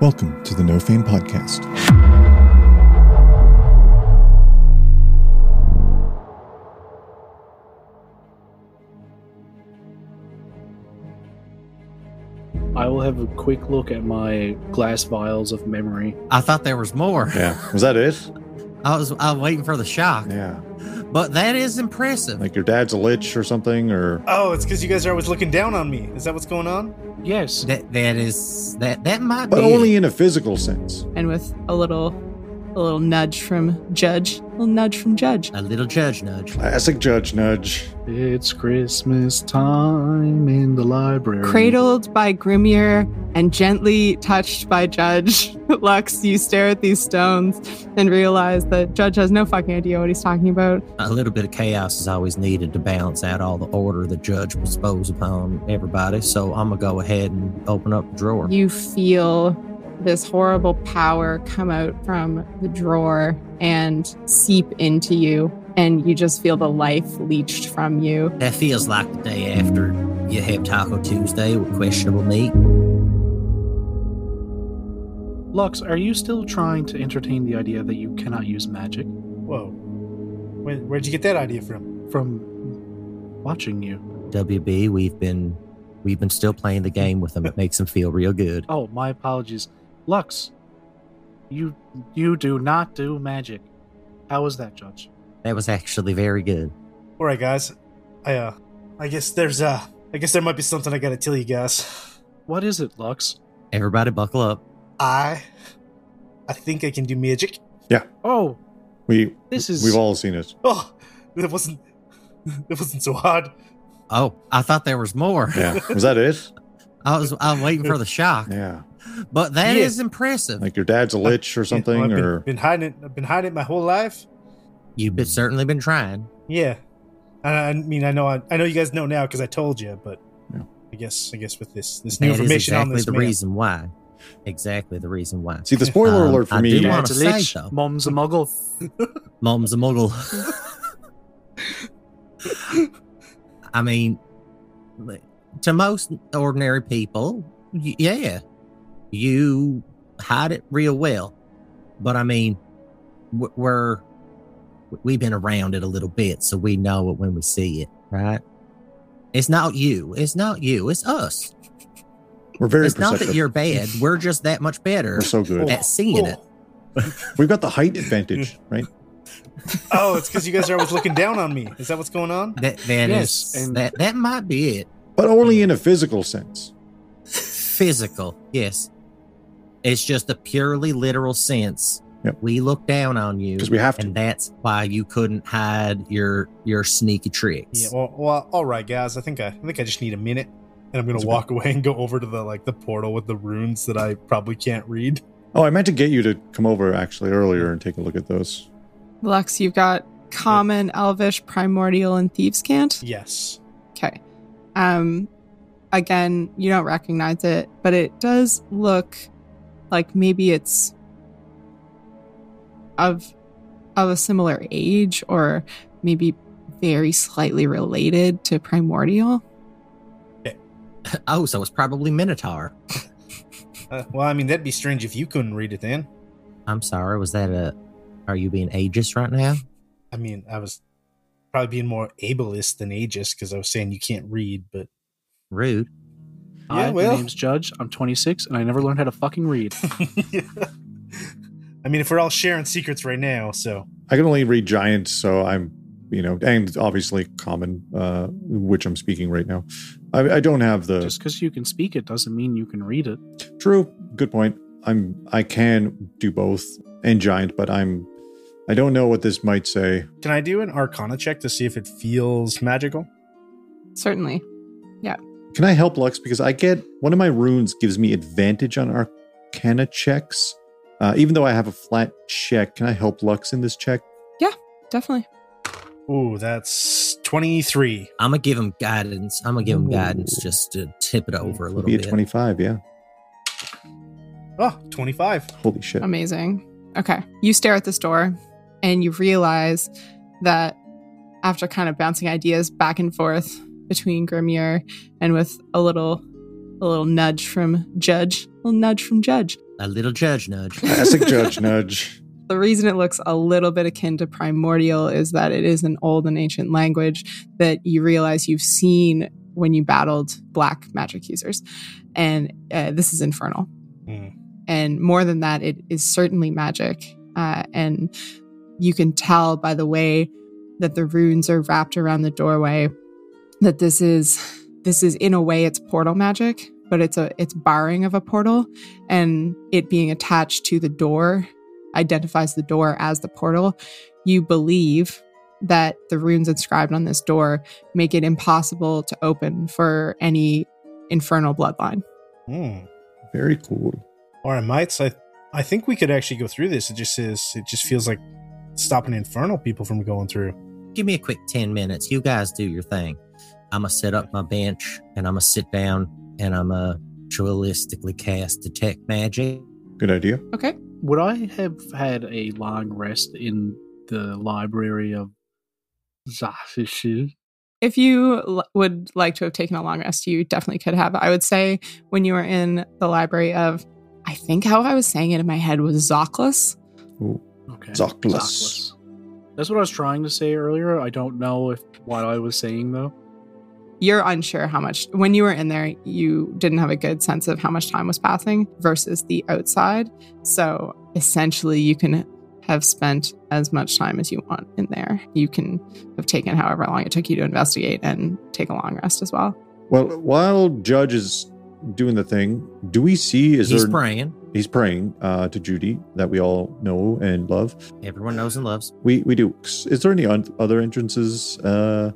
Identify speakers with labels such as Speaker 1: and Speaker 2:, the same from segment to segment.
Speaker 1: Welcome to the No Fame Podcast.
Speaker 2: I will have a quick look at my glass vials of memory.
Speaker 3: I thought there was more.
Speaker 4: Yeah. Was that it?
Speaker 3: I was I'm waiting for the shock.
Speaker 4: Yeah.
Speaker 3: But that is impressive.
Speaker 4: Like your dad's a lich or something, or
Speaker 5: Oh, it's because you guys are always looking down on me. Is that what's going on?
Speaker 2: Yes.
Speaker 3: that that is that that might
Speaker 4: but
Speaker 3: be
Speaker 4: only in a physical sense.
Speaker 6: and with a little a little nudge from judge a little nudge from judge
Speaker 3: a little judge nudge.
Speaker 4: Classic judge nudge.
Speaker 2: It's Christmas time in the library.
Speaker 6: cradled by grimier and gently touched by judge lux you stare at these stones and realize that judge has no fucking idea what he's talking about
Speaker 3: A little bit of chaos is always needed to balance out all the order the judge bestows upon everybody. So I'm gonna go ahead and open up the drawer.
Speaker 6: you feel this horrible power come out from the drawer and seep into you and you just feel the life leached from you
Speaker 3: that feels like the day after you have Taco Tuesday with questionable meat.
Speaker 2: Lux, are you still trying to entertain the idea that you cannot use magic
Speaker 5: Whoa. Where, where'd you get that idea from?
Speaker 2: from watching you?
Speaker 3: WB, we've been we've been still playing the game with them. It makes them feel real good.
Speaker 2: Oh, my apologies. Lux, you you do not do magic. How was that, Judge?
Speaker 3: That was actually very good.
Speaker 5: All right, guys. I uh, I guess there's uh, I guess there might be something I gotta tell you guys.
Speaker 2: What is it, Lux?
Speaker 3: Everybody buckle up.
Speaker 5: I, I think I can do magic.
Speaker 2: Oh,
Speaker 4: We
Speaker 2: This is-
Speaker 4: we've all seen it.
Speaker 5: Oh, that wasn't, that wasn't so hard.
Speaker 3: Oh, I thought there was more.
Speaker 4: Yeah. Was that it?
Speaker 3: I was I'm waiting for the shock.
Speaker 4: Yeah.
Speaker 3: But that is
Speaker 5: Yeah.
Speaker 3: impressive.
Speaker 4: Like your dad's a lich or something,
Speaker 5: I've been,
Speaker 4: or
Speaker 5: been hiding it. I've been hiding it my whole life.
Speaker 3: You've
Speaker 5: mm.
Speaker 3: been, certainly been trying.
Speaker 5: Yeah. I, I mean, I know, I, I know you guys know now because I told you, but
Speaker 4: Yeah.
Speaker 5: I guess, I guess with this, this
Speaker 3: That
Speaker 5: new
Speaker 3: is
Speaker 5: information
Speaker 3: exactly
Speaker 5: on this
Speaker 3: the
Speaker 5: man.
Speaker 3: reason why. Exactly the reason why.
Speaker 4: see the spoiler
Speaker 3: Um,
Speaker 4: alert for
Speaker 3: I
Speaker 4: me.
Speaker 3: do wanna-
Speaker 2: Dad's a
Speaker 3: say,
Speaker 2: lich,
Speaker 3: though.
Speaker 2: Mom's a muggle.
Speaker 3: Mom's a muggle. I mean, to most ordinary people, y- yeah, you hide it real well. But I mean, w- we're we've been around it a little bit, so we know it when we see it, right? It's not you. It's not you. It's us.
Speaker 4: We're very
Speaker 3: it's not
Speaker 4: perceptive.
Speaker 3: that you're bad. We're just that much better
Speaker 4: We're so good.
Speaker 5: Oh.
Speaker 3: at seeing it.
Speaker 4: We've got the height advantage, right?
Speaker 5: Oh, it's because you guys are always looking down on me. Is that what's going on?
Speaker 3: That that
Speaker 2: Yes,
Speaker 3: is
Speaker 2: and-
Speaker 3: that that might be it.
Speaker 4: But only in a physical sense.
Speaker 3: physical. Yes. It's just a purely literal sense.
Speaker 4: Yep.
Speaker 3: We look down on you,
Speaker 4: Because we have to.
Speaker 3: and that's why you couldn't hide your your sneaky tricks.
Speaker 5: Yeah. Well, well, all right, guys. I think I, I think I just need a minute, and I'm gonna
Speaker 4: That's
Speaker 5: walk away and go over to the like the portal with the runes that I probably can't read.
Speaker 4: Oh, I meant to get you to come over actually earlier and take a look at those.
Speaker 6: Lux, you've got common, elvish, primordial, and thieves' cant.
Speaker 5: Yes.
Speaker 6: Okay. Um, again, you don't recognize it, but it does look like maybe it's of of a similar age, or maybe very slightly related to primordial.
Speaker 3: Oh, so it's probably Minotaur.
Speaker 5: Uh, well, I mean that'd be strange if you couldn't read it. Then.
Speaker 3: I'm sorry. Was that a? Are you being ageist right now?
Speaker 5: I mean, I was probably being more ableist than ageist because I was saying you can't read, but
Speaker 3: Rude.
Speaker 2: Hi,
Speaker 5: Yeah, well.
Speaker 2: my name's Judge. I'm 26 and I never learned how to fucking read.
Speaker 5: I mean, if we're all sharing secrets right now, so
Speaker 4: I can only read giants, so I'm, you know, and obviously common, uh, which I'm speaking right now. I, I don't have the
Speaker 2: Just because you can speak it doesn't mean you can read it.
Speaker 4: true. Good point. I'm I can do both and giant, but I'm I don't know what this might say.
Speaker 5: can I do an Arcana check to see if it feels magical?
Speaker 6: Certainly,
Speaker 4: Can I help Lux because I get one of my runes gives me advantage on Arcana checks, uh, even though I have a flat check. Can I help Lux in this check?
Speaker 6: definitely.
Speaker 5: Ooh, that's twenty three.
Speaker 3: I'm gonna give him guidance. I'm gonna give him
Speaker 4: Ooh.
Speaker 3: guidance just to tip it over a
Speaker 4: Would
Speaker 3: little
Speaker 4: be a
Speaker 3: bit.
Speaker 4: twenty-five. Yeah.
Speaker 5: Oh, 25.
Speaker 4: Holy shit.
Speaker 6: Amazing. Okay. You stare at this door and you realize that after kind of bouncing ideas back and forth between Grimier and with a little a little nudge from Judge, a little nudge from Judge.
Speaker 3: A little judge nudge.
Speaker 4: Classic judge nudge.
Speaker 6: The reason it looks a little bit akin to primordial is that it is an old and ancient language that you realize you've seen when you battled black magic users. And uh, this is infernal.
Speaker 5: Hmm.
Speaker 6: And more than that, it is certainly magic. Uh, and you can tell by the way that the runes are wrapped around the doorway that this is this is in a way it's portal magic, but it's a it's barring of a portal, and it being attached to the door identifies the door as the portal. You believe that the runes inscribed on this door make it impossible to open for any infernal bloodline.
Speaker 5: Hmm.
Speaker 4: Very cool.
Speaker 5: All right, mites. I I think we could actually go through this. It just is. It just feels like stopping infernal people from going through.
Speaker 3: Give me a quick 10 minutes. You guys do your thing. I'm going to set up my bench and I'm going to sit down and I'm going to dualistically cast Detect Magic.
Speaker 4: Good idea.
Speaker 6: Okay.
Speaker 2: Would I have had a long rest in the library of Zafishu?
Speaker 6: If you l- would like to have taken a long rest, you definitely could have. I would say when you were in the library of, I think how I was saying it in my head was Zoclus.
Speaker 2: Okay.
Speaker 4: Zoclus.
Speaker 2: Zoclus. That's what I was trying to say earlier. I don't know if what I was saying though.
Speaker 6: You're unsure how much, when you were in there, you didn't have a good sense of how much time was passing versus the outside. So essentially, you can have spent as much time as you want in there. You can have taken however long it took you to investigate and take a long rest as well.
Speaker 4: Well, while Judge is doing the thing, do we see is
Speaker 3: He's
Speaker 4: there
Speaker 3: praying.
Speaker 4: he's praying uh, to Judy that we all know and love?
Speaker 3: Everyone knows and loves.
Speaker 4: We we do. Is there any un- other entrances, uh,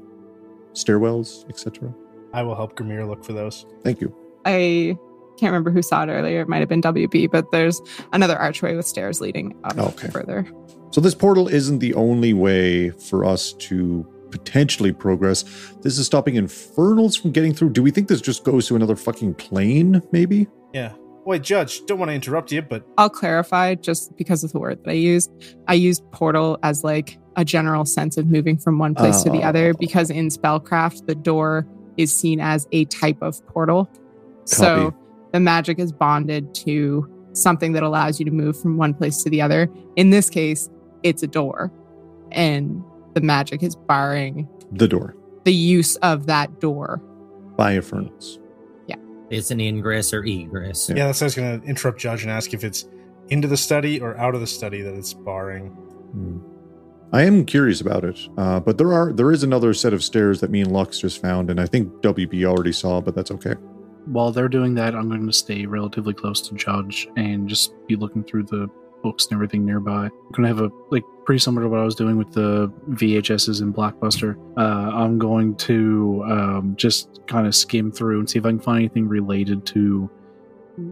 Speaker 4: stairwells, etc.?
Speaker 5: I will help Gramir look for those.
Speaker 4: Thank you.
Speaker 6: I can't remember who saw it earlier. It might have been WB, but there's another archway with stairs leading up
Speaker 4: Okay.
Speaker 6: further.
Speaker 4: So this portal isn't the only way for us to potentially progress. This is stopping infernals from getting through. Do we think this just goes to another fucking plane? Maybe.
Speaker 5: Yeah. Wait, Judge. Don't want to interrupt you, but
Speaker 6: I'll clarify just because of the word that I used. I used portal as like a general sense of moving from one place to the other
Speaker 4: Oh.
Speaker 6: because in spellcraft, the door is seen as a type of portal. So
Speaker 4: Copy.
Speaker 6: the magic is bonded to something that allows you to move from one place to the other. In this case, it's a door, and the magic is barring
Speaker 4: The door
Speaker 6: the use of that door
Speaker 4: by infernals.
Speaker 3: It's an ingress or egress.
Speaker 5: yeah, that's why I was going to interrupt Judge and ask if it's into the study or out of the study that it's barring.
Speaker 4: Hmm. I am curious about it, uh, but there are there is another set of stairs that me and Lux just found, and I think WB already saw, but that's okay.
Speaker 2: While they're doing that, I'm going to stay relatively close to Judge and just be looking through the books and everything nearby. I'm going to have a like pretty similar to what I was doing with the VHSs and Blockbuster. Uh, I'm going to um, just kind of skim through and see if I can find anything related to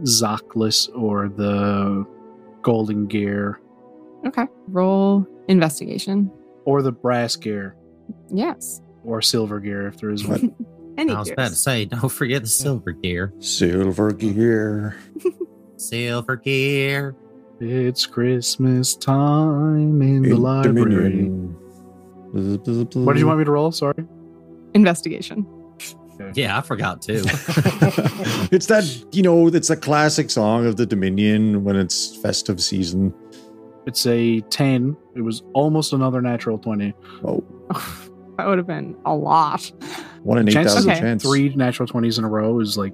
Speaker 2: Zoclus or the Golden Gear
Speaker 6: Okay. Roll investigation.
Speaker 2: or the Brass Gear
Speaker 6: Yes.
Speaker 2: or Silver Gear if there is one.
Speaker 6: Any
Speaker 3: I was about to
Speaker 6: gears.
Speaker 3: say, don't forget the silver gear.
Speaker 4: Silver gear.
Speaker 3: Silver gear.
Speaker 2: It's Christmas time in the library. What did you want me to roll? Sorry.
Speaker 6: Investigation.
Speaker 3: Yeah, I forgot too.
Speaker 4: it's that you know, it's a classic song of the Dominion when it's festive season.
Speaker 2: It's a 10. It was almost another natural 20.
Speaker 4: Oh,
Speaker 6: that would have been a lot.
Speaker 4: one in eight
Speaker 2: Chances
Speaker 4: thousand
Speaker 6: of
Speaker 4: chance.
Speaker 2: Three natural 20s in a row is like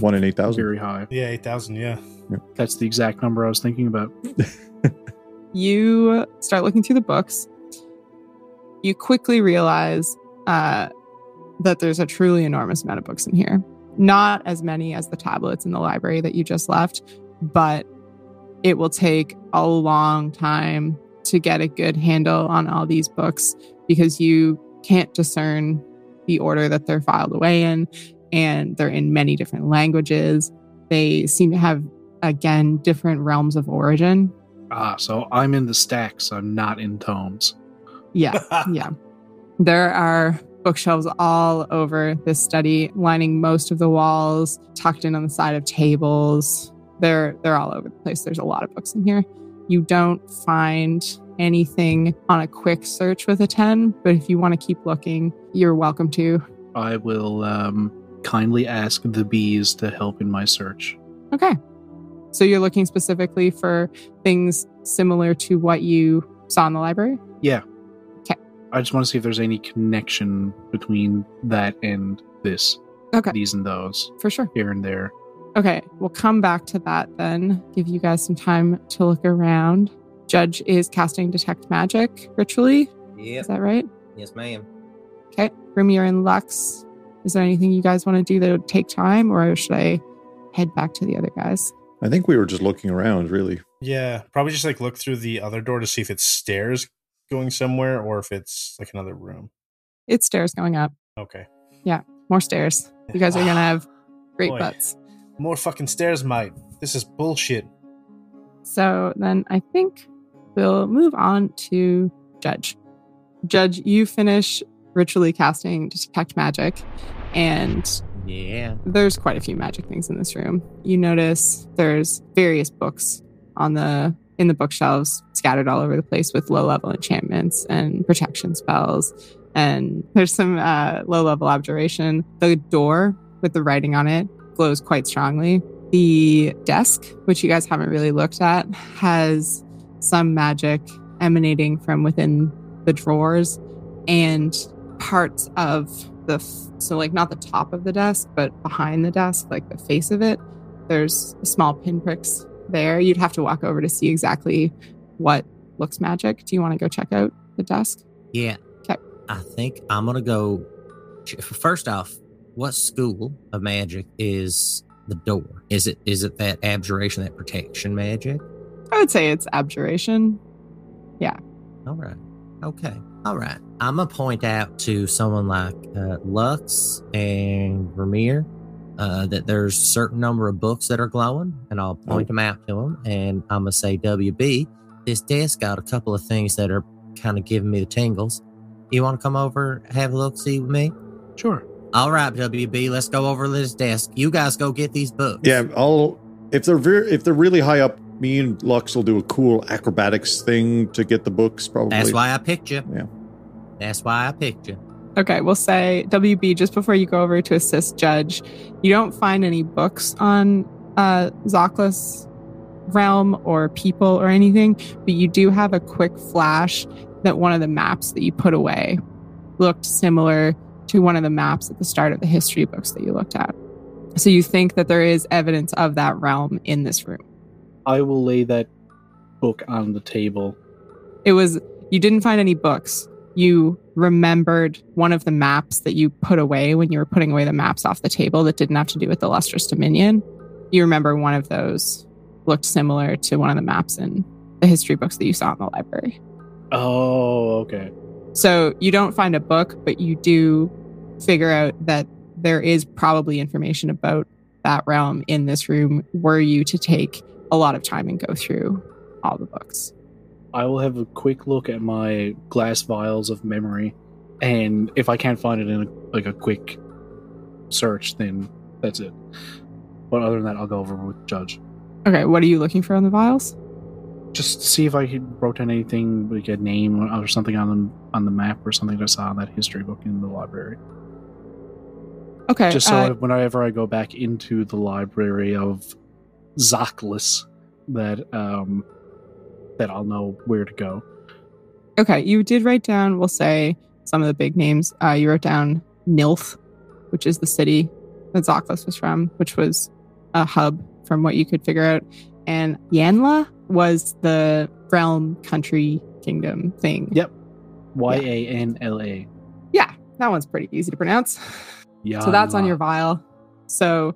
Speaker 4: One in eight thousand.
Speaker 2: very high.
Speaker 5: Yeah, eight thousand. Yeah.
Speaker 2: That's the exact number I was thinking about.
Speaker 6: You start looking through the books. You quickly realize uh, that there's a truly enormous amount of books in here. Not as many as the tablets in the library that you just left, but it will take a long time to get a good handle on all these books because you can't discern the order that they're filed away in, and they're in many different languages. They seem to have, again, different realms of origin.
Speaker 2: Ah, so I'm in the stacks. I'm not in tomes.
Speaker 6: Yeah. yeah. There are bookshelves all over this study, lining most of the walls, tucked in on the side of tables. They're they're all over the place. There's a lot of books in here. You don't find anything on a quick search with a 10, but if you want to keep looking, you're welcome to.
Speaker 2: I will um, kindly ask the bees to help in my search.
Speaker 6: Okay. So you're looking specifically for things similar to what you saw in the library?
Speaker 2: I just want to see if there's any connection between that and this.
Speaker 6: Okay.
Speaker 2: These and those,
Speaker 6: For sure.
Speaker 2: here and there.
Speaker 6: Okay, we'll come back to that then. Give you guys some time to look around. Judge is casting Detect Magic ritually.
Speaker 3: Yep.
Speaker 6: Is that right?
Speaker 3: Yes, ma'am.
Speaker 6: Okay. Grim, you're in Lux. Is there anything you guys want to do that would take time, or should I head back to the other guys?
Speaker 4: I think we were just looking around, really.
Speaker 5: Yeah, probably just like look through the other door to see if it's stairs going somewhere or if it's like another room.
Speaker 6: It's stairs going up.
Speaker 5: Okay.
Speaker 6: More stairs. You guys are going to have great
Speaker 5: Boy.
Speaker 6: butts.
Speaker 5: more fucking stairs, mate. This is bullshit.
Speaker 6: So then I think we'll move on to Judge. Judge, you finish ritually casting Detect Magic, and
Speaker 3: Yeah.
Speaker 6: there's quite a few magic things in this room. You notice there's various books on the in the bookshelves scattered all over the place with low level enchantments and protection spells. And there's some uh, low level abjuration. The door with the writing on it glows quite strongly. The desk, which you guys haven't really looked at, has some magic emanating from within the drawers and parts of the f- so like not the top of the desk but behind the desk like the face of it there's small pinpricks there you'd have to walk over to see exactly what looks magic do you want to go check out the desk
Speaker 3: Yeah.
Speaker 6: 'Kay.
Speaker 3: I think I'm gonna go. ch- First off, what school of magic is the door? Is it is it that abjuration, that protection magic?
Speaker 6: i would say it's abjuration
Speaker 3: All right. Okay. All right. I'm gonna point out to someone like uh, Lux and Vermeer uh, that there's a certain number of books that are glowing, and I'll point them out to them. And I'm gonna say, WB, this desk got a couple of things that are kind of giving me the tingles. You want to come over have a look, see with me?
Speaker 2: Sure.
Speaker 3: All right, WB, let's go over to this desk. You guys go get these books.
Speaker 4: Yeah, I'll if they're ver- if they're really high up, me and Lux will do a cool acrobatics thing to get the books. Probably.
Speaker 3: That's why I picked you.
Speaker 4: Yeah.
Speaker 3: That's why I picked you.
Speaker 6: Okay, we'll say WB just before you go over to assist Judge. You don't find any books on uh, Zoclus realm or people or anything, but you do have a quick flash that one of the maps that you put away looked similar to one of the maps at the start of the history books that you looked at. So you think that there is evidence of that realm in this room.
Speaker 2: I will lay that book on the table.
Speaker 6: It was you didn't find any books. You remembered one of the maps that you put away when you were putting away the maps off the table that didn't have to do with the Lustrous Dominion. You remember one of those looked similar to one of the maps in the history books that you saw in the library.
Speaker 2: Oh, okay.
Speaker 6: So you don't find a book, but you do figure out that there is probably information about that realm in this room were you to take a lot of time and go through all the books.
Speaker 2: I will have a quick look at my glass vials of memory, and if I can't find it in a, like a quick search, then that's it. But other than that, I'll go over with Judge.
Speaker 6: Okay, what are you looking for on the vials?
Speaker 2: Just see if I could wrote down anything like a name or something on the on the map or something that I saw in that history book in the library.
Speaker 6: Okay.
Speaker 2: Just so
Speaker 6: uh,
Speaker 2: I, whenever I go back into the library of Zoclus, that um, that I'll know where to go.
Speaker 6: Okay, you did write down, we'll say, some of the big names. Uh, you wrote down Nilth, which is the city that Zoclus was from, which was a hub from what you could figure out. And Yanla was the realm, country, kingdom thing.
Speaker 2: Yeah. Y a n l a.
Speaker 6: That one's pretty easy to pronounce.
Speaker 2: Yeah.
Speaker 6: So that's on your vial. So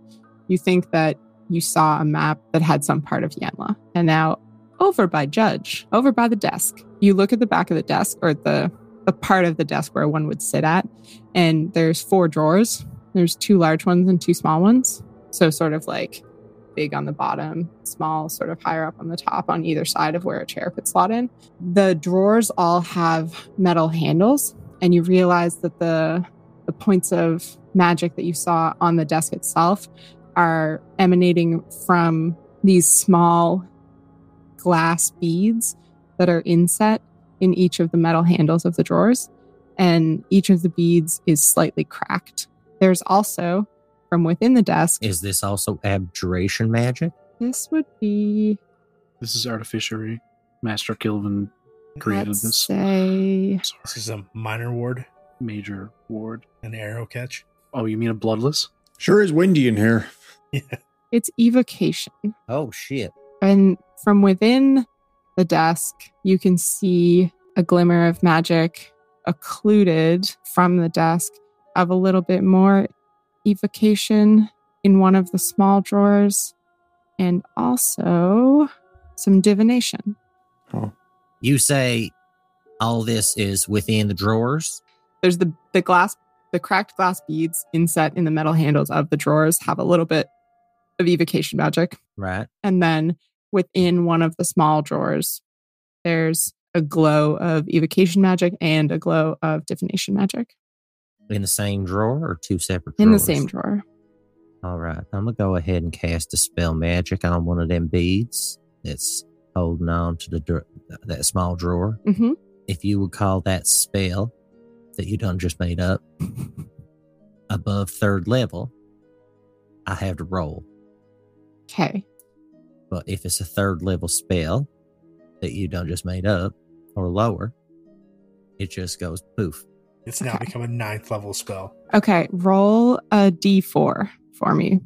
Speaker 6: you think that you saw a map that had some part of Yanla. And now over by Judge, over by the desk, you look at the back of the desk or the, the part of the desk where one would sit at, and there's four drawers. There's two large ones and two small ones. So sort of like big on the bottom, small sort of higher up on the top on either side of where a chair could slot in. The drawers all have metal handles, and you realize that the the points of magic that you saw on the desk itself are emanating from these small glass beads that are inset in each of the metal handles of the drawers. And each of the beads is slightly cracked. There's also, from within the desk,
Speaker 3: Is this also abjuration magic?
Speaker 6: This would be
Speaker 2: This is artificiary. Master Kilvin created
Speaker 6: let's
Speaker 2: this
Speaker 6: say
Speaker 5: This is a minor ward,
Speaker 2: major ward.
Speaker 5: an arrow catch.
Speaker 2: Oh, you mean a bloodless?
Speaker 4: Sure is windy in here.
Speaker 5: Yeah.
Speaker 6: it's evocation.
Speaker 3: Oh shit.
Speaker 6: And from within the desk, you can see a glimmer of magic occluded from the desk of a little bit more evocation in one of the small drawers and also some divination.
Speaker 3: You say all this is within the drawers?
Speaker 6: There's the, the glass, the cracked glass beads inset in the metal handles of the drawers have a little bit of evocation magic.
Speaker 3: Right.
Speaker 6: And then within one of the small drawers, there's a glow of evocation magic and a glow of divination magic
Speaker 3: In the same drawer or two separate
Speaker 6: in the
Speaker 3: drawers?
Speaker 6: same drawer.
Speaker 3: All right. I'm going to go ahead and cast a spell magic on one of them beads that's holding on to the dr- that small drawer.
Speaker 6: hmm
Speaker 3: If you would call that spell that you done just made up above third level, I have to roll.
Speaker 6: Okay.
Speaker 3: But if it's a third level spell that you done just made up or lower, it just goes poof.
Speaker 5: It's now
Speaker 6: Okay.
Speaker 5: become a ninth level spell.
Speaker 6: Okay. Roll a d4 for me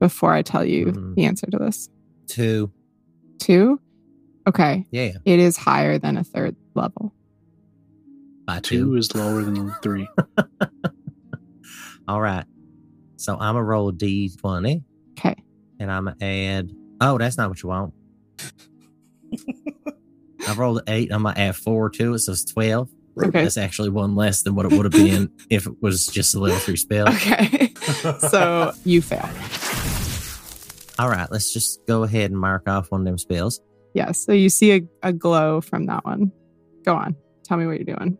Speaker 6: before I tell you
Speaker 3: Mhm.
Speaker 6: the answer to this.
Speaker 3: Two.
Speaker 6: Two. Okay.
Speaker 3: Yeah.
Speaker 6: It is higher than a third level.
Speaker 3: By two.
Speaker 2: Two is lower than the three.
Speaker 3: All right. So I'm going to roll D20
Speaker 6: Okay.
Speaker 3: and I'm going to add. Oh, that's not what you want. I rolled an eight. I'm going to add four to it. So it's 12.
Speaker 6: Okay.
Speaker 3: That's actually one less than what it would have been if it was just a level three spell.
Speaker 6: Okay. so you fail.
Speaker 3: All right. Let's just go ahead and mark off one of them spells.
Speaker 6: Yeah. So you see a, a glow from that one. Go on. Tell me what you're doing.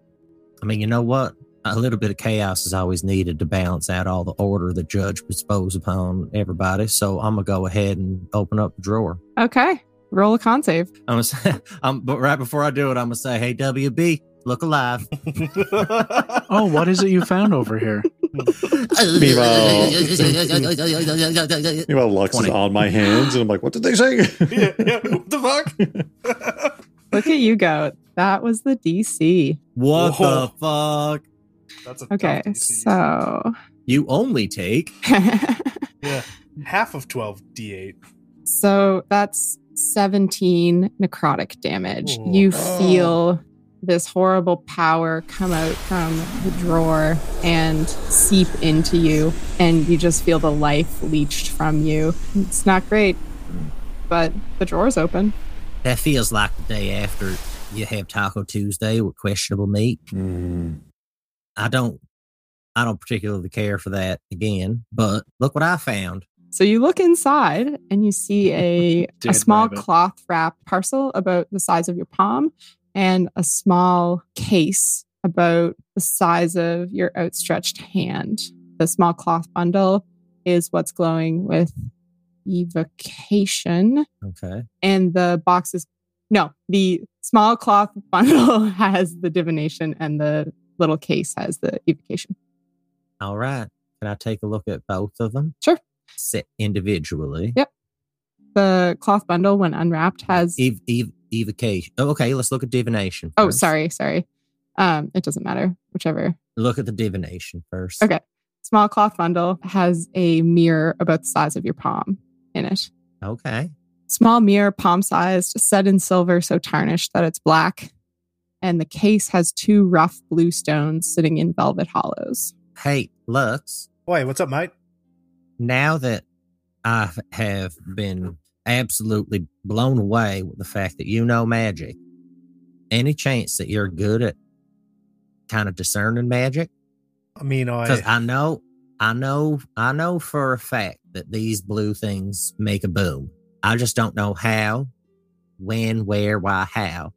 Speaker 3: I mean, you know what? A little bit of chaos is always needed to balance out all the order the judge bestows upon everybody. So I'm going to go ahead and open up the drawer.
Speaker 6: Okay. Roll a con save.
Speaker 3: I'm gonna say, um, but right before I do it, I'm gonna say, "Hey, WB, look alive."
Speaker 2: Oh, what is it you found over here?
Speaker 4: Meanwhile- Meanwhile, Lux
Speaker 3: 20.
Speaker 4: is on my hands, and I'm like, what did they say?
Speaker 5: yeah, yeah. What the fuck?
Speaker 6: Look at you go. That was the DC.
Speaker 3: what
Speaker 5: Whoa.
Speaker 3: the fuck?
Speaker 5: That's a
Speaker 6: Okay.
Speaker 5: tough DC.
Speaker 6: So
Speaker 3: You only take
Speaker 5: yeah, half of twelve d8.
Speaker 6: so that's 17 necrotic damage.
Speaker 5: Ooh.
Speaker 6: You
Speaker 4: Oh.
Speaker 6: feel this horrible power come out from the drawer and seep into you and you just feel the life leached from you. It's not great, but the drawer's open.
Speaker 3: that feels like the day after you have Taco Tuesday with questionable meat.
Speaker 4: Mm.
Speaker 3: I don't, I don't particularly care for that again. But look what I found.
Speaker 6: So you look inside and you see a, a
Speaker 2: Dead
Speaker 6: small
Speaker 2: rabbit.
Speaker 6: cloth wrapped parcel about the size of your palm and a small case about the size of your outstretched hand. The small cloth bundle is what's glowing with evocation.
Speaker 3: Okay,
Speaker 6: And the box is no, the small cloth bundle has the divination and the little case has the evocation.
Speaker 3: all right. Can I take a look at both of them?
Speaker 6: Sure.
Speaker 3: Set individually.
Speaker 6: Yep. The cloth bundle, when unwrapped, has
Speaker 3: Ev- ev- evocation. Oh, okay, let's look at divination.
Speaker 6: Oh,
Speaker 3: first.
Speaker 6: sorry, sorry. Um, it doesn't matter. Whichever.
Speaker 3: Look at the divination first.
Speaker 6: Okay. Small cloth bundle has a mirror about the size of your palm in it.
Speaker 3: Okay.
Speaker 6: Small mirror, palm sized, set in silver, so tarnished that it's black. And the case has two rough blue stones sitting in velvet hollows.
Speaker 3: Hey, Lux,
Speaker 5: Wait, what's up, mate?
Speaker 3: now that I have been absolutely blown away with the fact that you know magic, any chance that you're good at kind of discerning magic?
Speaker 5: I mean,
Speaker 3: Because
Speaker 5: I
Speaker 3: I know, I know, I know for a fact that these blue things make a boom. I just don't know how, when, where, why, how.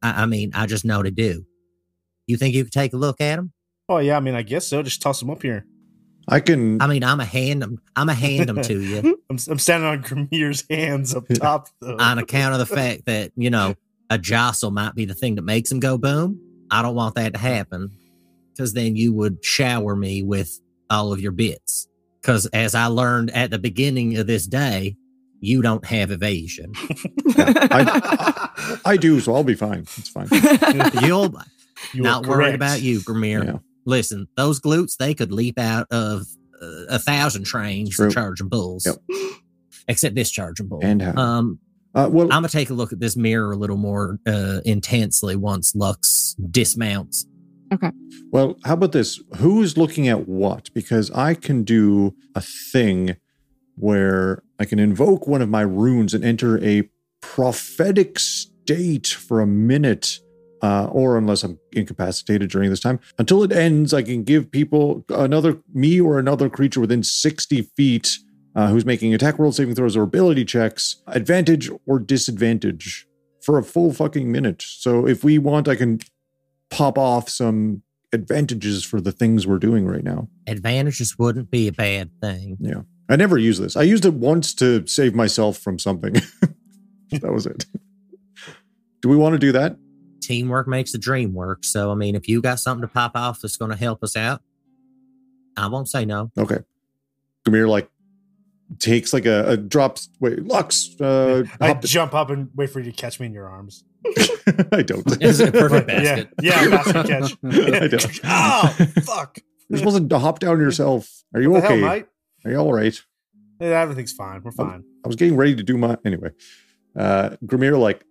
Speaker 3: I, I mean, I just know to do. You think you could take a look at them?
Speaker 5: oh yeah, I mean, I guess so. Just toss them up here.
Speaker 4: I can.
Speaker 3: I mean, I'm a hand them. I'm a hand them to you.
Speaker 5: I'm, I'm standing on Grimir's hands up
Speaker 4: Yeah.
Speaker 5: top though.
Speaker 3: on account of the fact that you know a jostle might be the thing that makes them go boom. I don't want that to happen because then you would shower me with all of your bits. Because as I learned at the beginning of this day, you don't have evasion.
Speaker 4: I- I do, so I'll be fine. It's fine.
Speaker 3: You'll
Speaker 5: You are
Speaker 3: not worried
Speaker 5: correct.
Speaker 3: about you, Premier.
Speaker 4: Yeah.
Speaker 3: Listen, those glutes, they could leap out of uh, a thousand trains
Speaker 4: True.
Speaker 3: charging bulls.
Speaker 4: Yep.
Speaker 3: Except this charging bull.
Speaker 4: And how?
Speaker 3: um,
Speaker 4: Uh, well,
Speaker 3: I'm gonna take a look at this mirror a little more uh, intensely once Lux dismounts.
Speaker 4: Well, how about this? Who's looking at what? Because I can do a thing where I can invoke one of my runes and enter a prophetic state for a minute, uh, or unless I'm incapacitated during this time. Until it ends, I can give people another, me or another creature within 60 feet uh, who's making attack world saving throws or ability checks, advantage or disadvantage for a full fucking minute. So if we want, I can pop off some advantages for the things we're doing right now.
Speaker 3: Advantages wouldn't be a bad thing.
Speaker 4: I never use this. I used it once to save myself from something. that was it. Do we want to do that?
Speaker 3: Teamwork makes the dream work. So I mean, if you got something to pop off that's gonna help us out, I won't say no.
Speaker 4: Okay. Gamir like takes like a, a drops. Wait, Lux. Uh,
Speaker 5: I
Speaker 4: hop-
Speaker 5: jump up and wait for you to catch me in your arms.
Speaker 4: I don't.
Speaker 3: This is a perfect match.
Speaker 5: Yeah,
Speaker 3: Basket.
Speaker 5: yeah,
Speaker 4: I
Speaker 5: basket catch.
Speaker 4: don't.
Speaker 5: oh, fuck.
Speaker 4: You're supposed to hop down yourself. Are you
Speaker 5: What the hell,
Speaker 4: okay?
Speaker 5: mate?
Speaker 4: Are you all right?
Speaker 5: Yeah, everything's fine. We're fine.
Speaker 4: I was getting ready to do my anyway. Uh Grimir like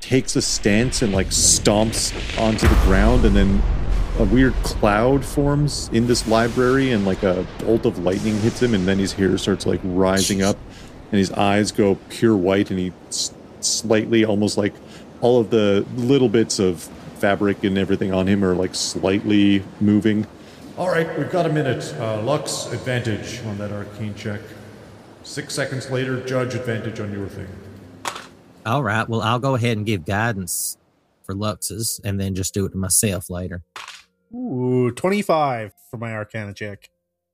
Speaker 4: takes a stance and like stomps onto the ground and then a weird cloud forms in this library and like a bolt of lightning hits him and then his hair starts like rising up and his eyes go pure white and he s- slightly almost like all of the little bits of fabric and everything on him are like slightly moving
Speaker 7: All right, we've got a minute. Uh, Lux, advantage on that arcane check. Six seconds later, judge advantage on your thing.
Speaker 3: All right. Well, I'll go ahead and give guidance for Lux's and then just do it to myself later.
Speaker 5: Ooh, 25 for my Arcana check.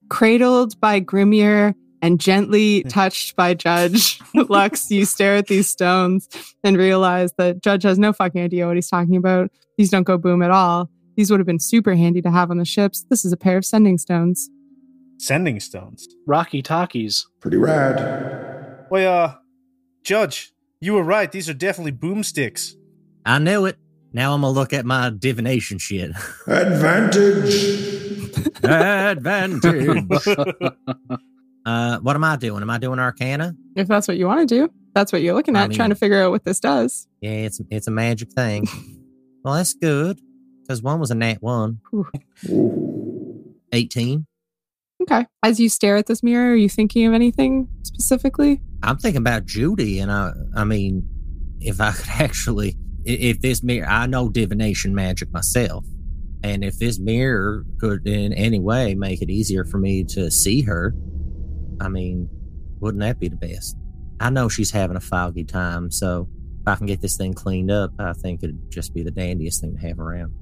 Speaker 6: Cradled by Grimier and gently touched by Judge Lux, you stare at these stones and realize that Judge has no fucking idea what he's talking about. These don't go boom at all. These would have been super handy to have on the ships. This is a pair of sending stones.
Speaker 5: Sending stones.
Speaker 2: Rocky Talkies.
Speaker 4: pretty rad
Speaker 5: Well, uh, Judge, you were right. These are definitely boomsticks.
Speaker 3: I knew it. Now I'm gonna look at my divination shit.
Speaker 7: Advantage!
Speaker 3: Advantage. uh, what am I doing? Am I doing Arcana?
Speaker 6: If that's what you want to do, that's what you're looking
Speaker 3: I
Speaker 6: at,
Speaker 3: mean-
Speaker 6: trying to figure out what this does.
Speaker 3: Yeah, it's it's a magic thing. well, that's good because one was a nat one. Eighteen.
Speaker 6: Okay. As you stare at this mirror, are you thinking of anything specifically?
Speaker 3: I'm thinking about Judy, and I I mean, if I could actually, i- if this mirror, I know divination magic myself, and if this mirror could in any way make it easier for me to see her, I mean, wouldn't that be the best? I know she's having a foggy time, so if I can get this thing cleaned up, I think it'd just be the dandiest thing to have around.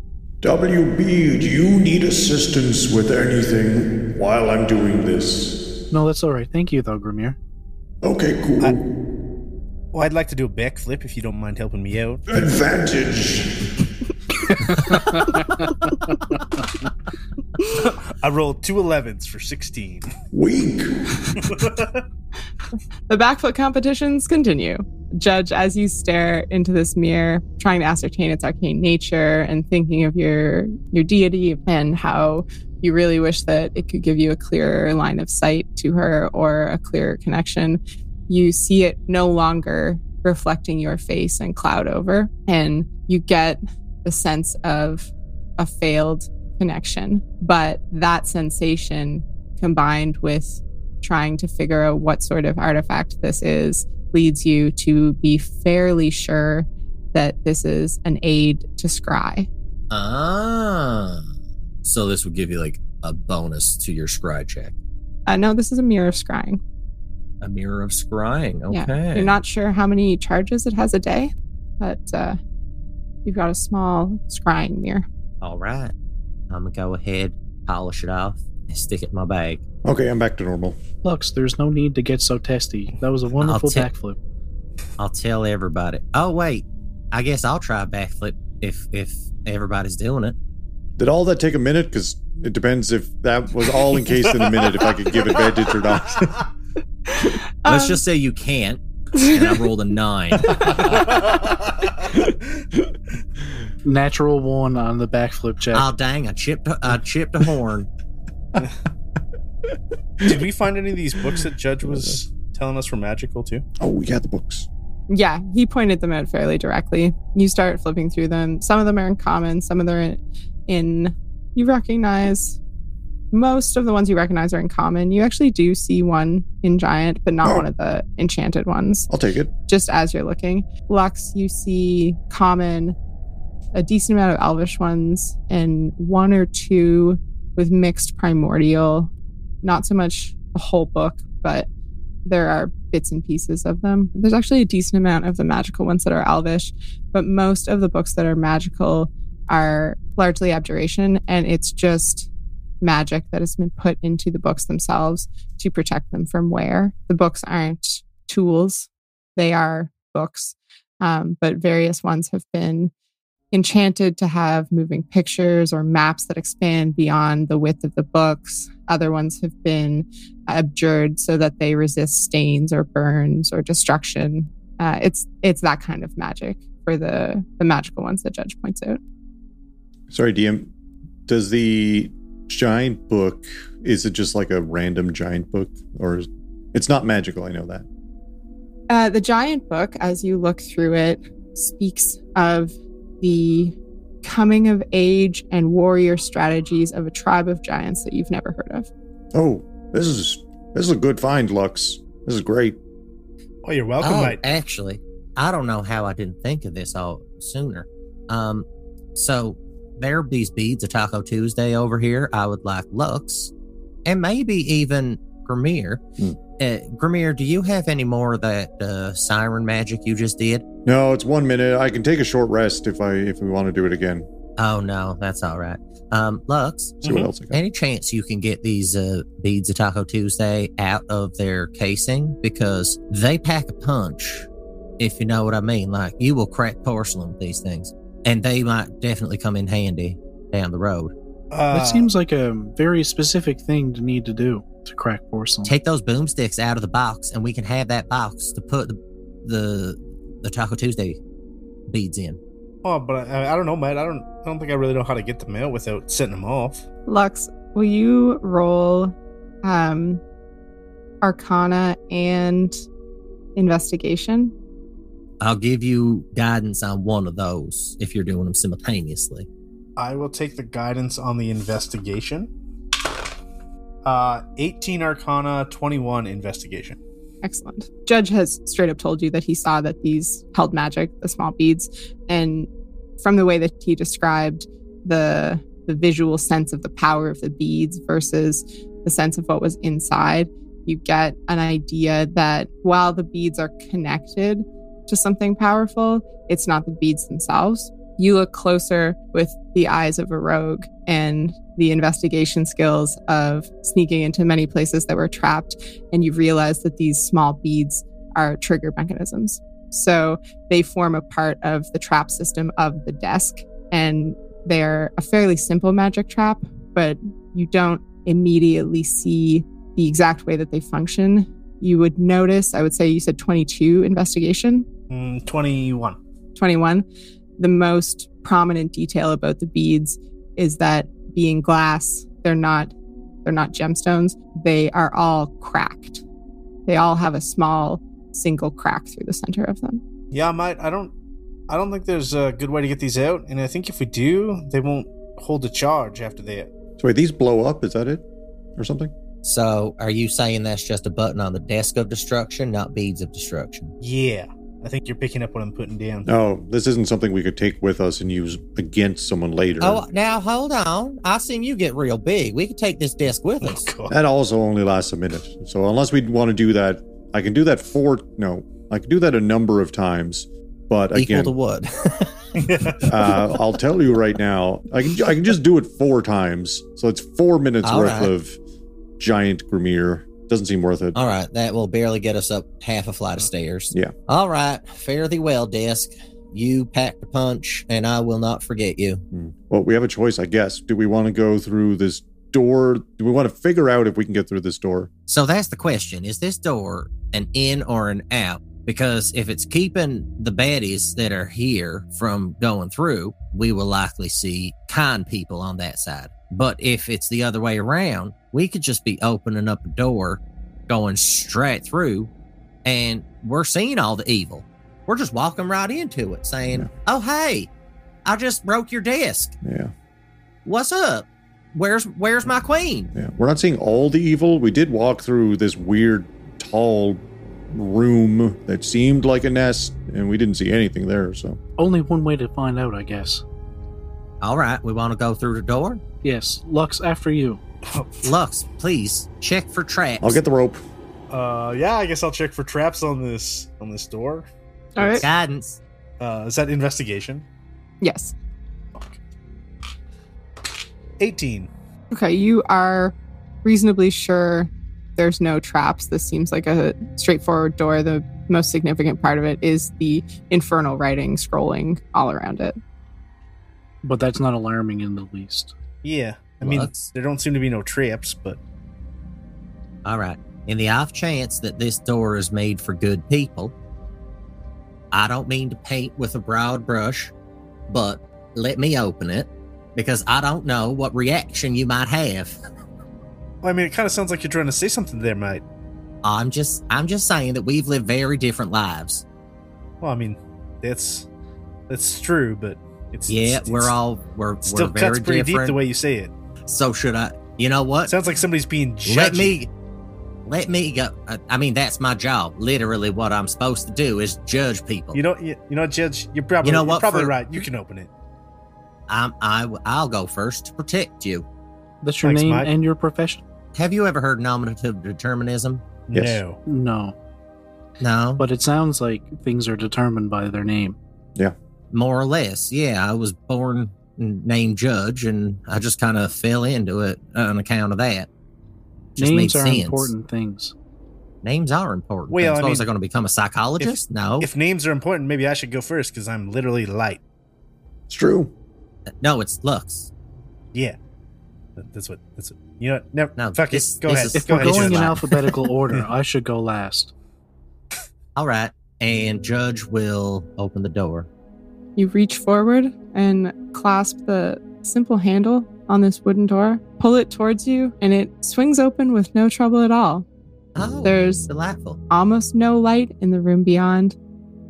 Speaker 7: WB, do you need assistance with anything while I'm doing this?
Speaker 2: No, that's all right. Thank you, though, Grimir.
Speaker 7: Okay, cool.
Speaker 5: Well, I'd like to do a backflip if you don't mind helping me out.
Speaker 7: Advantage!
Speaker 5: I rolled two 11s for 16.
Speaker 7: Weak!
Speaker 6: The backfoot competitions continue. Judge, as you stare into this mirror, trying to ascertain its arcane nature and thinking of your your deity and how you really wish that it could give you a clearer line of sight to her or a clearer connection, you see it no longer reflecting your face and cloud over, and you get the sense of a failed connection. But that sensation combined with trying to figure out what sort of artifact this is leads you to be fairly sure that this is an aid to scry.
Speaker 3: Ah, so this would give you like a bonus to your scry check,
Speaker 6: Uh, no, this is a mirror of scrying.
Speaker 3: a mirror of scrying. Okay,
Speaker 6: Yeah. You're not sure how many charges it has a day, but uh, you've got a small scrying mirror.
Speaker 3: All right. I'm going to go ahead, polish it off, and stick it in my bag.
Speaker 4: okay i'm back to normal
Speaker 2: Lux, there's no need to get so testy. That was a wonderful
Speaker 3: ta-
Speaker 2: backflip.
Speaker 3: I'll tell everybody. Oh, wait. I guess I'll try a backflip if if everybody's doing it.
Speaker 4: Did all that take a minute? Because it depends if that was all encased in a minute, if I could give advantage or not.
Speaker 3: Let's
Speaker 6: Um,
Speaker 3: just say you can't. and I rolled a nine.
Speaker 2: Natural one on the backflip check.
Speaker 3: oh dang! I chipped. I chipped a horn.
Speaker 5: Did we find any of these books that Judge was telling us were magical too?
Speaker 4: Oh, we got the books.
Speaker 6: Yeah, he pointed them out fairly directly. You start flipping through them. Some of them are in common, some of them are in, in you recognize most of the ones you recognize are in common. You actually do see one in giant, but not
Speaker 4: Oh.
Speaker 6: one of the enchanted ones.
Speaker 4: I'll take it.
Speaker 6: Just as you're looking, Lux, you see common, a decent amount of elvish ones, and one or two with mixed primordial. Not so much the whole book, but there are bits and pieces of them. There's actually a decent amount of the magical ones that are Elvish, but most of the books that are magical are largely abjuration, and it's just magic that has been put into the books themselves to protect them from wear. The books aren't tools, they are books, um, but various ones have been enchanted to have moving pictures or maps that expand beyond the width of the books. Other ones have been abjured so that they resist stains or burns or destruction. Uh, it's it's that kind of magic for the the magical ones that Judge points out.
Speaker 4: Sorry, DM. Does the giant book is it just like a random giant book or is, it's not magical, I know that.
Speaker 6: Uh, the giant book, as you look through it, speaks of the coming of age and warrior strategies of a tribe of giants that you've never heard of.
Speaker 4: Oh, this is this is a good find, Lux. This is great.
Speaker 5: Oh, you're welcome,
Speaker 3: oh,
Speaker 5: mate.
Speaker 3: actually, I don't know how I didn't think of this all sooner. Um, so there are these beads of Taco Tuesday over here. I would like Lux, and maybe even Grimir.
Speaker 4: Hmm.
Speaker 3: Uh, Grimir, do you have any more of that uh, siren magic you just did?
Speaker 4: No, it's one minute. I can take a short rest if I if we want to do it again.
Speaker 3: Oh no, that's all right. Um, Lux,
Speaker 4: See what else I got.
Speaker 3: Any chance you can get these uh, beads of Taco Tuesday out of their casing because they pack a punch, if you know what I mean. Like you will crack porcelain with these things, and they might definitely come in handy down the road.
Speaker 5: Uh,
Speaker 2: that seems like a very specific thing to need to do to crack porcelain.
Speaker 3: Take those boomsticks out of the box, and we can have that box to put the the, the Taco Tuesday beads in.
Speaker 5: Oh, but I, I don't know, Matt. I don't. I don't think I really know how to get the mail without setting them off.
Speaker 6: Lux, will you roll um, Arcana and Investigation?
Speaker 3: I'll give you guidance on one of those if you're doing them simultaneously.
Speaker 5: I will take the guidance on the investigation. Uh, 18 Arcana, 21 investigation.
Speaker 6: Excellent. Judge has straight up told you that he saw that these held magic, the small beads, and from the way that he described the the visual sense of the power of the beads versus the sense of what was inside, you get an idea that while the beads are connected to something powerful, it's not the beads themselves. You look closer with the eyes of a rogue and the investigation skills of sneaking into many places that were trapped and you realize that these small beads are trigger mechanisms. So they form a part of the trap system of the desk, and they're a fairly simple magic trap, but you don't immediately see the exact way that they function. You would notice, I would say you said 22 investigation,
Speaker 5: Mm, 21.
Speaker 6: 21. The most prominent detail about the beads is that being glass, they're not they're not gemstones. They are all cracked. They all have a small single crack through the center of them.
Speaker 5: Yeah, mate. I don't. I don't think there's a good way to get these out, and I think if we do, they won't hold a charge after that.
Speaker 4: So wait, these blow up, is that it? Or something?
Speaker 3: So, are you saying that's just a button on the desk of destruction, not beads of destruction?
Speaker 5: Yeah, I think you're picking up what I'm putting down.
Speaker 4: No, this isn't something we could take with us and use against someone later.
Speaker 3: Oh, now hold on. I seen you get real big. We could take this desk with
Speaker 5: Oh,
Speaker 3: us.
Speaker 5: God.
Speaker 4: That also only lasts a minute. So unless we want to do that, I can do that four. No, I can do that a number of times. But
Speaker 3: Equal
Speaker 4: again,
Speaker 3: to what?
Speaker 4: uh, I'll tell you right now, I can I can just do it four times. So it's four minutes
Speaker 3: All
Speaker 4: worth
Speaker 3: right. Oh.
Speaker 4: of giant Grimir. Doesn't seem worth it.
Speaker 3: All right, that will barely get us up half a flight of stairs.
Speaker 4: Yeah.
Speaker 3: All right, fare thee well, desk. You packed a punch, and I will not forget you.
Speaker 4: Hmm. Well, we have a choice, I guess. Do we want to go through this door? Do we want to figure out if we can get through this door?
Speaker 3: So that's the question: Is this door an in or an out? Because if it's keeping the baddies that are here from going through, we will likely see kind people on that side. But if it's the other way around, we could just be opening up a door, going straight through, and we're seeing all the evil. We're just walking right into it, saying,
Speaker 4: Yeah.
Speaker 3: Oh, hey, I just broke your desk.
Speaker 4: Yeah.
Speaker 3: What's up? Where's where's my queen?
Speaker 4: Yeah. We're not seeing all the evil. We did walk through this weird, tall room that seemed like a nest, and we didn't see anything there. So,
Speaker 2: Only one way to find out, I guess.
Speaker 3: All right, we want to go through the door.
Speaker 2: Yes, Lux, after you.
Speaker 3: Lux, please check for traps.
Speaker 4: I'll get the rope.
Speaker 5: Uh, yeah, I guess I'll check for traps on this on this door.
Speaker 6: All right.
Speaker 3: guidance.
Speaker 5: Uh, is that investigation?
Speaker 6: Yes.
Speaker 5: Eighteen.
Speaker 6: Okay. You are reasonably sure there's no traps. This seems like a straightforward door. The most significant part of it is the infernal writing scrolling all around it.
Speaker 2: But that's not alarming in the least.
Speaker 5: Yeah, I mean
Speaker 3: Lux.
Speaker 5: there don't seem to be no traps, but
Speaker 3: All right. In the off chance that this door is made for good people, I don't mean to paint with a broad brush, but let me open it because I don't know what reaction you might have.
Speaker 5: I mean it kind of sounds like you're trying to say something there, mate.
Speaker 3: I'm just I'm just saying that we've lived very different lives.
Speaker 5: Well, I mean that's that's true, but it's
Speaker 3: Yeah,
Speaker 5: it's-
Speaker 3: we're
Speaker 5: it's-
Speaker 3: all we're
Speaker 5: it still
Speaker 3: we're very
Speaker 5: cuts pretty deep
Speaker 3: different.
Speaker 5: the way you say it.
Speaker 3: so should I? You know what?
Speaker 5: Sounds like somebody's being judgy.
Speaker 3: let me let me go. I- I mean, that's my job. Literally, what I'm supposed to do is judge people.
Speaker 5: You know, you, you know, Judge, you're probably
Speaker 3: You know
Speaker 5: you're
Speaker 3: what,
Speaker 5: probably
Speaker 3: for-
Speaker 5: right. You can open it.
Speaker 3: I'm, I I'll go first to protect you.
Speaker 2: That's your
Speaker 5: Thanks,
Speaker 2: name
Speaker 5: Mike.
Speaker 2: and your profession?
Speaker 3: Have you ever heard nominative determinism?
Speaker 4: Yes.
Speaker 5: No.
Speaker 2: No.
Speaker 3: No,
Speaker 2: But it sounds like things are determined by their name.
Speaker 3: more or less. Yeah, I was born and named Judge, and I just kind of fell into it on account of that. Just
Speaker 2: Names
Speaker 3: made
Speaker 2: are
Speaker 3: sense.
Speaker 2: important things.
Speaker 3: Names are important.
Speaker 5: Well,
Speaker 3: Well,
Speaker 5: I
Speaker 3: I was I
Speaker 5: mean,
Speaker 3: going to become a psychologist? no,
Speaker 5: If names are important, maybe I should go first because I'm literally light.
Speaker 4: It's true.
Speaker 3: no, it's Lux.
Speaker 5: Yeah, Th- that's what. That's what. You know, what? never.
Speaker 3: No,
Speaker 5: fuck
Speaker 3: this-
Speaker 5: it. Go
Speaker 3: this
Speaker 5: ahead.
Speaker 3: is-
Speaker 2: If
Speaker 5: go
Speaker 2: we're
Speaker 5: ahead.
Speaker 2: going in
Speaker 5: Judge.
Speaker 3: Judge.
Speaker 2: alphabetical order, I should go last.
Speaker 3: All right, and Judge will open the door.
Speaker 6: You reach forward and clasp the simple handle on this wooden door, pull it towards you, and it swings open with no trouble at all.
Speaker 3: Oh,
Speaker 6: There's-
Speaker 3: delightful.
Speaker 6: Almost no light in the room beyond,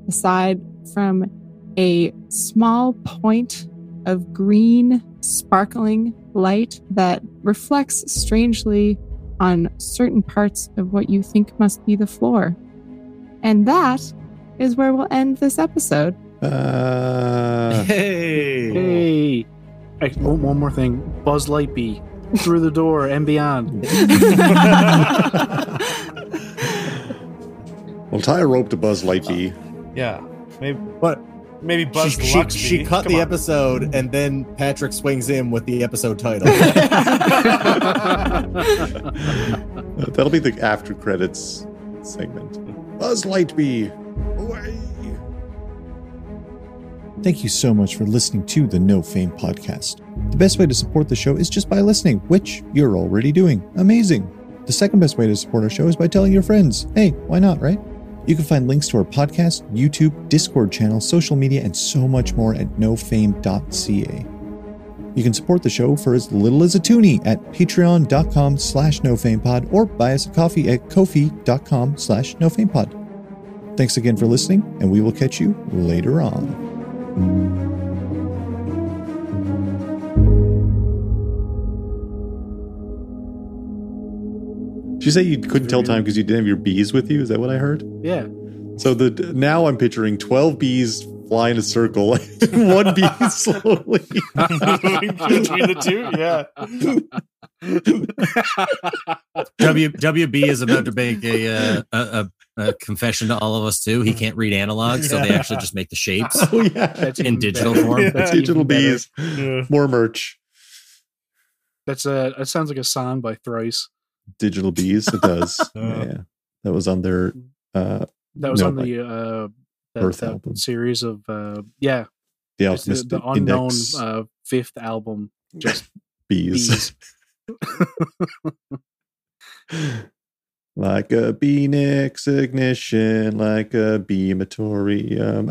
Speaker 6: aside from a small point of green, sparkling light that reflects strangely on certain parts of what you think must be the floor. And that is where we'll end this episode.
Speaker 4: Uh,
Speaker 3: Hey.
Speaker 2: Hey! I, one one more thing. Buzz Lightbee. Through the door and beyond.
Speaker 4: we'll tie a rope to Buzz Lightyear.
Speaker 5: Yeah, maybe.
Speaker 8: But-
Speaker 5: maybe
Speaker 8: She,
Speaker 5: Buzz
Speaker 8: she,
Speaker 5: Luxby.
Speaker 8: she cut
Speaker 5: Come
Speaker 8: the
Speaker 5: on.
Speaker 8: episode, and then Patrick swings in with the episode title.
Speaker 4: Uh, That'll be the after credits segment. Buzz Lightyear. Away.
Speaker 1: Thank you so much for listening to the No Fame podcast. The best way to support the show is just by listening, which you're already doing. Amazing. The second best way to support our show is by telling your friends. Hey, why not, right? You can find links to our podcast, YouTube, Discord channel, social media, and so much more at nofame.ca. You can support the show for as little as a toonie at patreon.com slash nofamepod or buy us a coffee at kofi.com slash nofamepod. Thanks again for listening, and we will catch you later on.
Speaker 4: Did you say you couldn't tell time because you didn't have your bees with you? Is that what I heard?
Speaker 2: yeah.
Speaker 4: So the now I'm picturing twelve bees fly in a circle, and one bee slowly.
Speaker 5: between the two. Yeah.
Speaker 3: W WB is about to make a, uh, a, a a confession to all of us too. He can't read analog, so they actually just make the shapes.
Speaker 4: Oh yeah,
Speaker 2: That's
Speaker 3: In
Speaker 2: even
Speaker 3: digital
Speaker 2: better.
Speaker 3: form?
Speaker 5: Yeah.
Speaker 2: That's even
Speaker 4: digital
Speaker 2: better.
Speaker 4: bees.
Speaker 5: Yeah.
Speaker 4: More merch.
Speaker 2: That's a. That sounds like a song by Thrice.
Speaker 4: Digital bees. It does.
Speaker 5: Uh.
Speaker 4: yeah, that was on their. Uh,
Speaker 2: That was
Speaker 4: No,
Speaker 2: on the uh, that,
Speaker 4: Earth
Speaker 2: that
Speaker 4: album.
Speaker 2: series of uh, yeah,
Speaker 4: the
Speaker 2: it's the,
Speaker 4: alchemist
Speaker 2: the unknown
Speaker 4: index
Speaker 2: uh, fifth album. Just
Speaker 4: bees.
Speaker 2: bees.
Speaker 4: Like a Beanix ignition, like a Beamatorium.